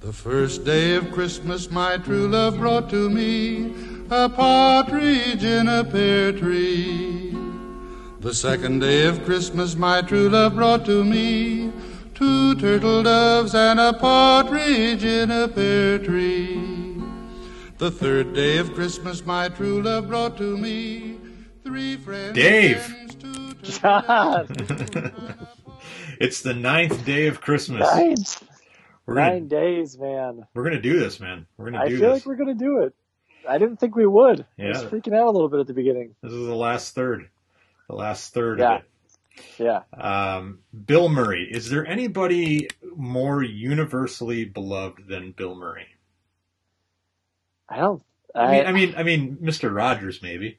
The first day of Christmas, my true love brought to me a partridge in a pear tree. The second day of Christmas, my true love brought to me two turtle doves and a partridge in a pear tree. The third day of Christmas, my true love brought to me three friends. Dave! two turtle God, it's the ninth day of Christmas. nine, We're gonna nine days, man. we're gonna do this, man. We're gonna I do feel this. like we're gonna do it. I didn't think we would. I was Yeah. freaking out a little bit at the beginning. This is the last third. The last third Yeah. of Yeah. it. Um, Bill Murray. Is there anybody more universally beloved than Bill Murray? I don't. I, I mean, I mean, I mean, Mr. Rogers, maybe.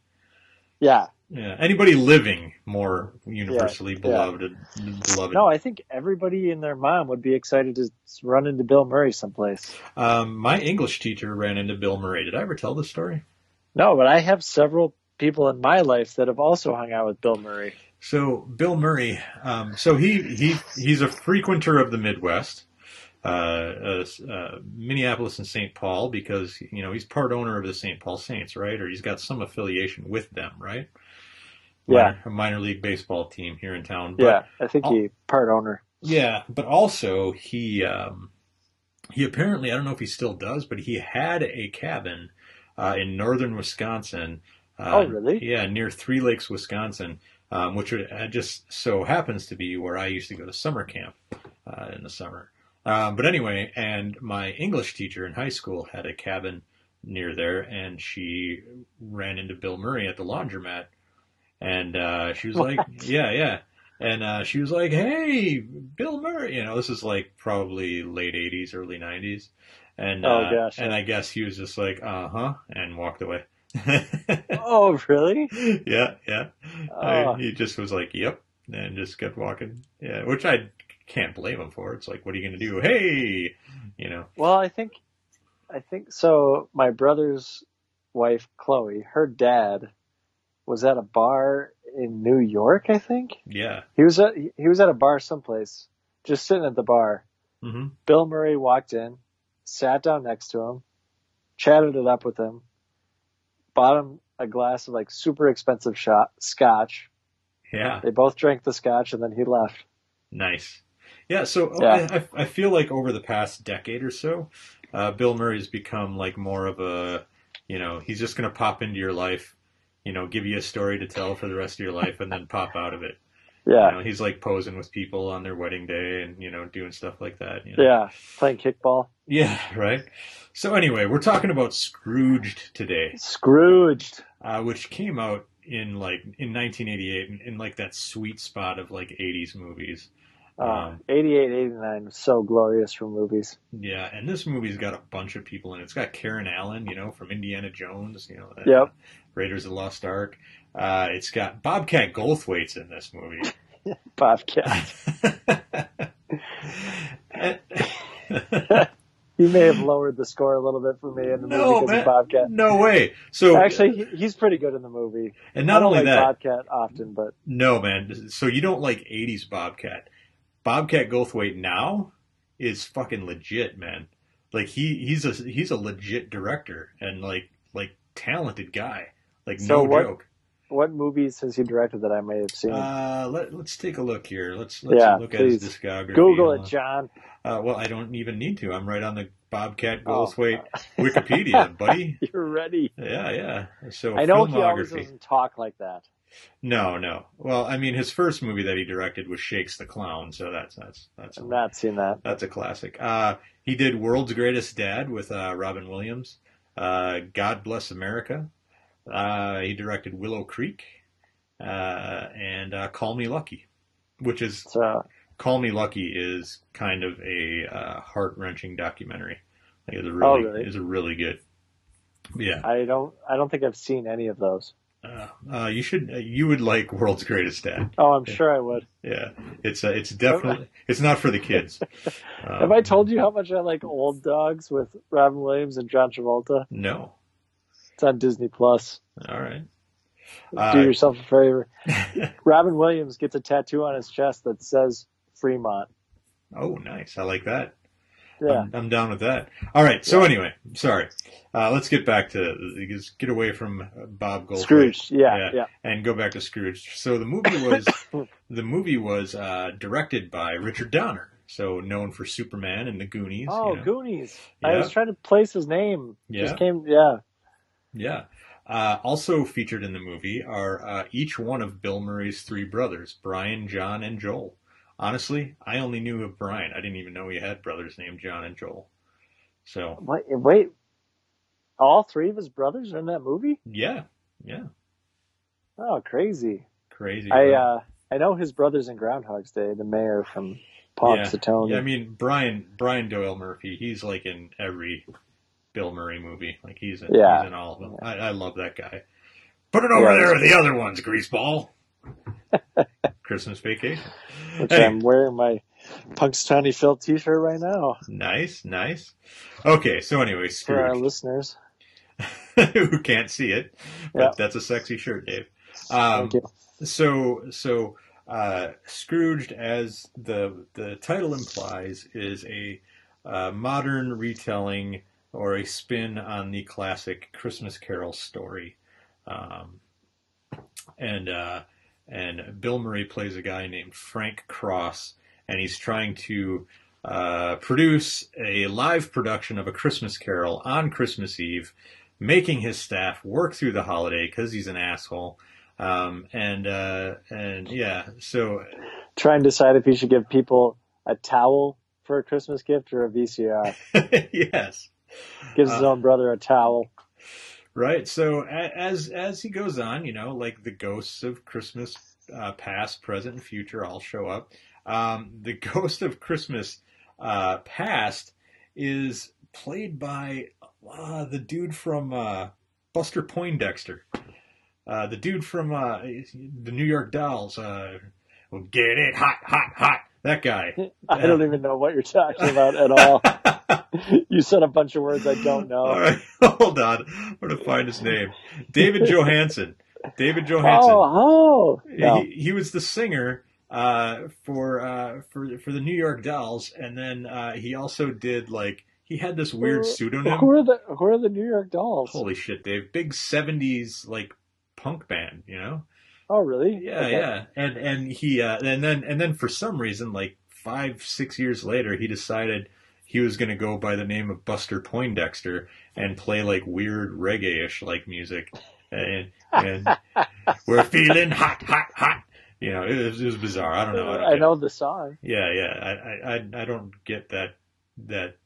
yeah. Yeah. Anybody living more universally Yeah, yeah. beloved? Beloved. No, I think everybody and their mom would be excited to s- run into Bill Murray someplace. um, my English teacher ran into Bill Murray. Did I ever tell this story? No, but I have several people in my life that have also hung out with Bill Murray. So Bill Murray, um, so he he he's a frequenter of the Midwest, uh, uh, uh, Minneapolis and St. Paul, because you know he's part owner of the St. Paul Saints, right? Or he's got some affiliation with them, right? Yeah. minor, a minor league baseball team here in town. But, Yeah, I think he part owner. yeah, but also he um, he apparently I don't know if he still does, but he had a cabin uh, in northern Wisconsin. Uh, Oh, really? Yeah, near Three Lakes, Wisconsin, um, which would, uh, just so happens to be where I used to go to summer camp uh, in the summer. Um, but anyway, and my English teacher in high school had a cabin near there, and she ran into Bill Murray at the laundromat, and uh, she was like, "Yeah, yeah." And uh, she was like, "Hey, Bill Murray," you know, this is like probably late '80s, early '90s, and Oh, uh, gosh, and yeah. I guess he was just like, "Uh huh," and walked away. Oh, really? yeah, yeah. I- Oh. he just was like, "Yep," and just kept walking. Yeah, which I can't blame him for. It's like, what are you going to do? Hey, you know. Well, I think, I think so. My brother's wife, Chloe, her dad was at a bar in New York. I think Yeah. he was at he was at a bar someplace, just sitting at the bar. hmm Bill Murray walked in, sat down next to him, chatted it up with him, bought him a glass of like super expensive shot, scotch. Yeah. They both drank the scotch and then he left. Nice. Yeah. So oh, Yeah. I, I I feel like over the past decade or so, uh, Bill Murray's become like more of a, you know, he's just going to pop into your life, you know, give you a story to tell for the rest of your life, and then pop out of it. You Yeah, know, he's like posing with people on their wedding day and you know doing stuff like that. You know? yeah, playing kickball. Yeah, right. So anyway, we're talking about Scrooged today, Scrooged. uh, which came out in like in 1988, in, in like that sweet spot of like 80s movies. Uh, Um, 88, 89 was so glorious for movies. Yeah, and this movie's got a bunch of people in it. It's got Karen Allen, you know, from Indiana Jones, you know, uh, Yep. Raiders of the Lost Ark. Uh, it's got Bobcat Goldthwait's in this movie. Bobcat. he may have lowered the score a little bit for me in the No, movie because man. of Bobcat. no way. So Actually, he, he's pretty good in the movie. and I not don't only like that, Bobcat often, but No, man. So you don't like '80s Bobcat? Bobcat Goldthwait now is fucking legit, man. Like he he's a he's a legit director and like like talented guy. Like So no what- joke. what movies has he directed that I may have seen? Uh, let, let's take a look here. Let's let's Yeah, look at his please. discography. Google it, John. Uh, well, I don't even need to. I'm right on the Bobcat Oh. Goldthwait Wikipedia, buddy. You're ready. Yeah, yeah. So I know he always filmography. doesn't talk like that. No, no. Well, I mean, his first movie that he directed was Shakes the Clown, so that's that's that's I've not seen that. that's a classic. Uh, he did World's Greatest Dad with uh, Robin Williams. Uh, God Bless America. Uh, he directed Willow Creek uh, and uh, Call Me Lucky, which is So Call Me Lucky is kind of a uh, heart wrenching documentary. Like, it's a really, Oh, really? it's a really good. Yeah, I don't. I don't think I've seen any of those. uh, uh, you should. Uh, you would like World's Greatest Dad. Oh, I'm sure I would. Yeah, it's uh, it's definitely it's not for the kids. Um, Have I told you how much I like Old Dogs with Robin Williams and John Travolta? No. It's on Disney Plus. All right. Do Uh, yourself a favor. Robin Williams gets a tattoo on his chest that says Fremont. oh, nice. I like that. Yeah. I'm, I'm down with that. All right. So anyway, sorry. Uh, let's get back to let's get away from uh, Bob Goldberg Scrooge. Yeah, Yeah. yeah. and go back to Scrooge. So the movie was the movie was uh, directed by Richard Donner, so known for Superman and the Goonies. Oh, you know. Goonies. I Yeah. was trying to place his name. Yeah. Just came. Yeah. Yeah. Uh, also featured in the movie are uh, each one of Bill Murray's three brothers, Brian, John, and Joel. Honestly, I only knew of Brian. I didn't even know he had brothers named John and Joel. So Wait, wait. All three of his brothers are in that movie. yeah, yeah, Oh, crazy. crazy. I huh? uh, I know his brothers in Groundhog's Day. The mayor from Punxsutawney. Yeah, I mean Brian Brian Doyle Murphy. He's like in every Bill Murray movie. Like he's in, Yeah. he's in all of them. I, I love that guy. Put it over Yeah. there with the other ones, greaseball. Christmas vacation. which Hey, I'm wearing my Punxsutawney Phil T-shirt right now nice, nice. Okay, so anyway, for our Scrooge, listeners. who can't see it, but Yeah. that's a sexy shirt, Dave. Um, Thank you. So so uh, Scrooged, as the the title implies, is a uh, modern retelling or a spin on the classic Christmas Carol story, um, and uh, and Bill Murray plays a guy named Frank Cross, and he's trying to uh, produce a live production of a Christmas Carol on Christmas Eve, making his staff work through the holiday because he's an asshole um, and uh, and yeah, so Try and decide if you should give people a towel for a Christmas gift or a VCR. yes, Gives his Uh, own brother a towel. right. So a- as as he goes on, you know, like the ghosts of Christmas uh, past, present, and future all show up. Um, the ghost of Christmas uh, past is played by uh, the dude from uh, Buster Poindexter, uh, the dude from uh, the New York Dolls. Uh, well, get it hot, hot, hot. That guy. I don't even know what you're talking about at all. you said a bunch of words I don't All know. right, hold on. I'm going to find his name. David Johansen. David Johansen. Oh, oh. No. He, he was the singer uh, for uh, for for the New York Dolls, and then uh, he also did like he had this weird Who- pseudonym. Who are the Who are the New York Dolls? Holy shit, Dave! Big '70s like punk band, you know? Oh, really? Yeah, Okay. yeah. And and he uh, and then and then for some reason, like five six years later, he decided he was going to go by the name of Buster Poindexter and play like weird reggae-ish like music, and, and we're feeling hot, hot, hot. You know, it was, it was bizarre. I don't know. I, don't I get- know the song. Yeah, yeah. I, I I I don't get that that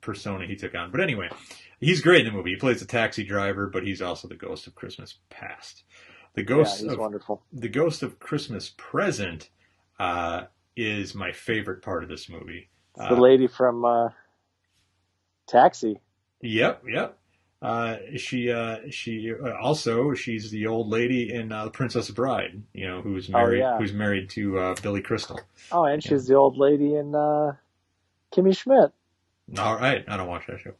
persona he took on. But anyway, he's great in the movie. He plays a taxi driver, but he's also the ghost of Christmas past. The ghost yeah, he's of wonderful. the Ghost of Christmas Present uh, is my favorite part of this movie. It's Uh, the lady from uh, Taxi. Yep, yep. Uh, she uh, she uh, also she's the old lady in uh, The Princess Bride. You know who's married Oh, yeah. who's married to uh, Billy Crystal. Oh, and she's the old lady in uh, Kimmy Schmidt. All right, I don't watch that show.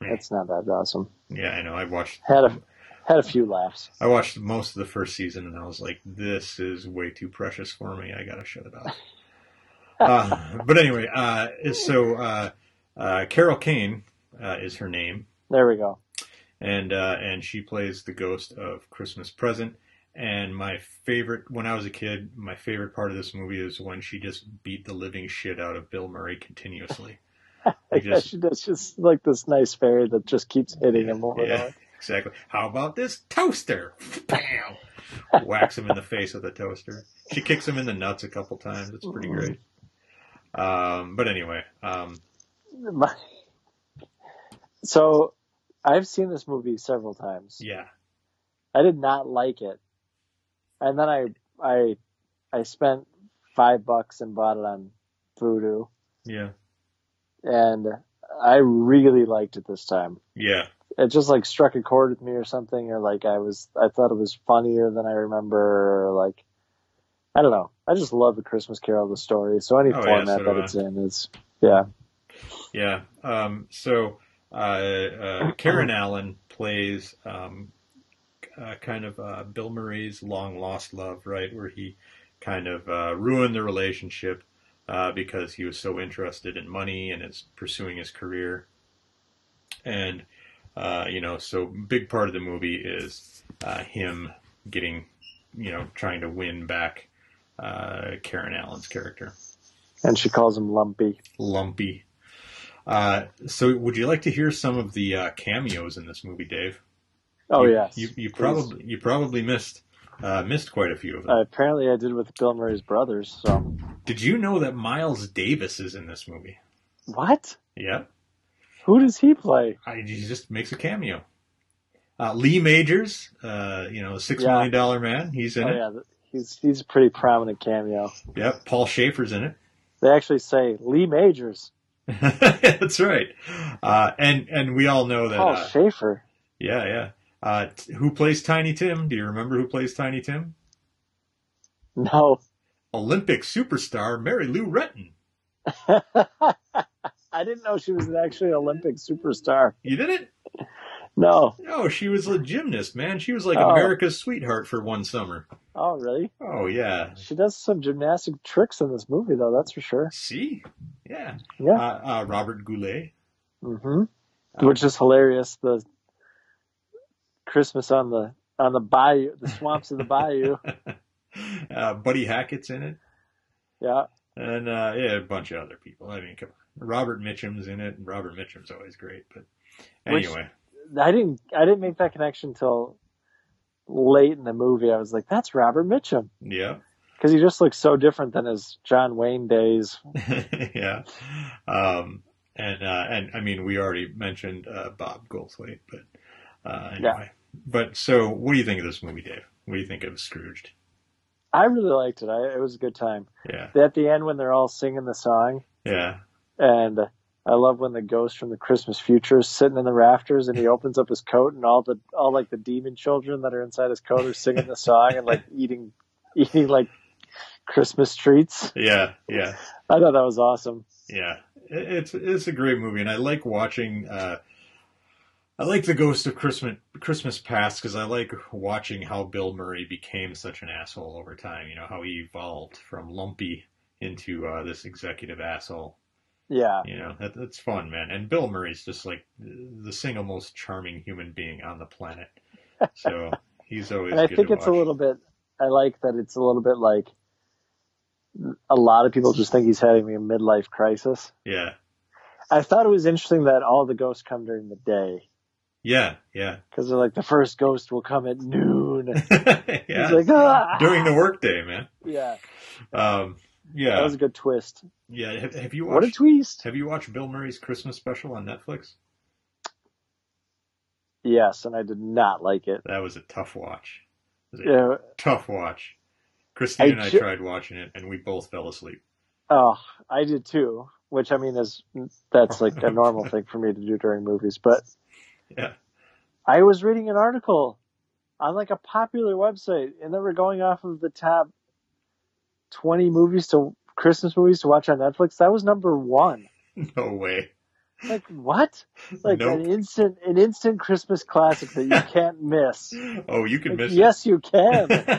That's not that awesome. Yeah, I know. I watched Had a had a few laughs. I watched most of the first season and I was like, this is way too precious for me. I gotta shut it off. uh, but anyway, uh, so uh, uh, Carol Kane uh, is her name. There we go. and uh, and she plays the ghost of Christmas Present. And my favorite, when I was a kid, my favorite part of this movie is when she just beat the living shit out of Bill Murray continuously. I You guess just- she does just like this nice fairy that just keeps hitting him over and yeah, over. exactly. How about this toaster? Bam! Whacks him in the face with a toaster. She kicks him in the nuts a couple times. It's pretty great. Um, but anyway, um, My- So, I've seen this movie several times. yeah, I did not like it, and then I I I spent five bucks and bought it on Voodoo, yeah, and I really liked it this time. yeah, It just like struck a chord with me or something, or like I was I thought it was funnier than I remember. Or like I don't know. I just love the Christmas Carol, the story. So any Oh, yeah, so format do that I. it's in is yeah. yeah. Um, so uh, uh, Karen Allen plays um, uh, kind of uh, Bill Murray's long lost love, right? Where he kind of uh, ruined the relationship uh, because he was so interested in money and is pursuing his career. And, uh, you know, so big part of the movie is uh, him getting, you know, trying to win back uh, Karen Allen's character. And she calls him Lumpy. Lumpy. Uh, so would you like to hear some of the uh, cameos in this movie, Dave? Oh you, yes. You, you Please. probably you probably missed uh, missed quite a few of them. Uh, apparently, I did with Bill Murray's brothers. So Did you know that Miles Davis is in this movie? what? Yeah, Who does he play? I, he just makes a cameo. Uh, Lee Majors, uh, you know, six Yeah. million dollar man, he's in Oh it. yeah, th- he's he's a pretty prominent cameo. Yep, Paul Schaefer's in it. They actually say Lee Majors, That's right. Uh, and and we all know that. Paul uh, Schaefer. yeah, yeah. Uh, t- who plays Tiny Tim? Do you remember who plays Tiny Tim? No, Olympic superstar Mary Lou Retton. I didn't know she was an actually Olympic superstar. You did it? No. No, she was a gymnast, man. She was like Oh. America's sweetheart for one summer. Oh really? Oh yeah. She does some gymnastic tricks in this movie, though. That's for sure. See? Yeah. Yeah. Uh, uh, Robert Goulet. hmm Which is hilarious. The Christmas on the on the bayou, the swamps of the bayou. Uh, Buddy Hackett's in it, Yeah. and uh, yeah, a bunch of other people. I mean, come on. Robert Mitchum's in it, and Robert Mitchum's always great. But Which- anyway, I didn't I didn't make that connection till late in the movie. I was like, that's Robert Mitchum yeah. because he just looks so different than his John Wayne days. yeah. Um, and uh, and I mean, we already mentioned uh, Bob Goldthwait, but uh, anyway. But so, what do you think of this movie, Dave? What do you think of Scrooged? I really liked it. I, it was a good time. Yeah, At the end, when they're all singing the song, yeah, and I love when the ghost from the Christmas future is sitting in the rafters, and he opens up his coat, and all the all like the demon children that are inside his coat are singing the song and like eating eating like Christmas treats. yeah, yeah, I thought that was awesome. yeah. It, it's it's a great movie, and I like watching. Uh, I like the Ghost of Christmas Christmas Past because I like watching how Bill Murray became such an asshole over time. You know how he evolved from lumpy into uh, this executive asshole. Yeah, you know that, that's fun man and bill murray's just like the single most charming human being on the planet so he's always and I good think to it's watch. a little bit. I like that it's a little bit like a lot of people just think he's having a midlife crisis. yeah I thought it was interesting that all the ghosts come during the day yeah yeah because they're like the first ghost will come at noon. yeah He's like, ah! during the workday man Yeah, um that yeah was a good twist. yeah have, have you What a watched twist! have you watched bill murray's christmas special on netflix Yes, and I did not like it. that was a tough watch It was a Yeah. tough watch christine I and i ju- tried watching it and we both fell asleep Oh, I did too. Which I mean is that's like a normal thing for me to do during movies. But yeah I was reading an article on like a popular website, and they were going off of the top twenty movies to Christmas movies to watch on Netflix. That was number one. no way Like what? Like Nope. an instant, an instant Christmas classic that you can't miss. oh you can Like, miss it yes, you can.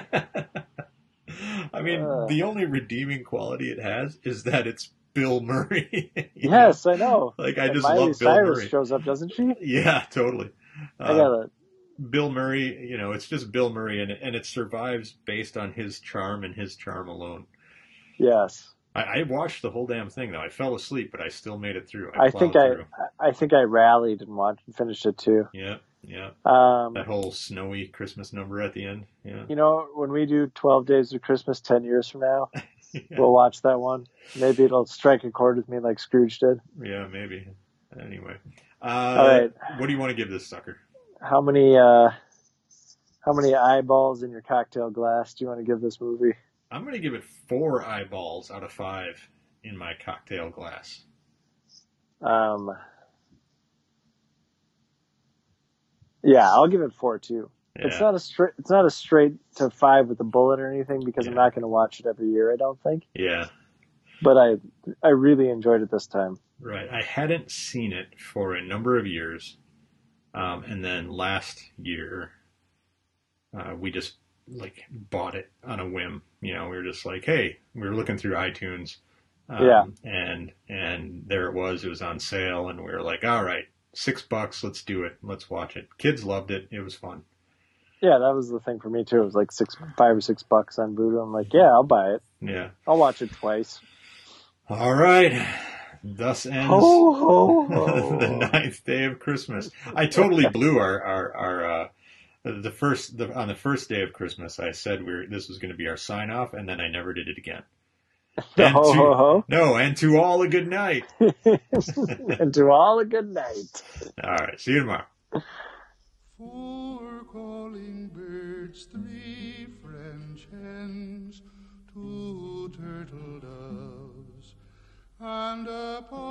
I mean, Ugh. the only redeeming quality it has is that it's Bill Murray. You know? yes, I know. Like, I And just Miley love Bill Cyrus Murray. shows up, doesn't she? Yeah, totally. I Uh, gotta. Bill Murray, you know, it's just Bill Murray, and, and it survives based on his charm and his charm alone. Yes. I, I watched the whole damn thing, though. I fell asleep, but I still made it through. I, I think plowed I, Through. I think I rallied and watched and finished it too. Yeah, yeah. Um, That whole snowy Christmas number at the end. Yeah. you know, when we do Twelve Days of Christmas ten years from now, Yeah, we'll watch that one. Maybe it'll strike a chord with me like Scrooge did. yeah maybe. Anyway. Uh, All right, What do you want to give this sucker? how many uh, how many eyeballs in your cocktail glass do you want to give this movie? I'm going to give it four eyeballs out of five in my cocktail glass. Um, yeah, I'll give it four too. It's Yeah. not a straight it's not a straight to five with a bullet or anything because I'm Yeah. not going to watch it every year. I don't think. yeah, but I I really enjoyed it this time. right. I hadn't seen it for a number of years. Um, and then last year, uh, we just like bought it on a whim. You know, we were just like, hey, we were looking through iTunes. Um, Yeah. And and there it was. It was on sale, and we were like, all right, six bucks. Let's do it. Let's watch it. Kids loved it. It was fun. Yeah, that was the thing for me too. It was like six, five or six bucks on Voodoo. I'm like, yeah, I'll buy it. Yeah. I'll watch it twice. All right. Thus ends. Ho ho the ho! ninth day of Christmas. I totally blew our our our uh, the first the, on the first day of Christmas. I said we are this was going to be our sign off, and then I never did it again. The And ho to- ho ho! No, and to all a good night. and to all a good night. All right, see you tomorrow. Four calling birds, three French hens, two turtle doves, and a partridge.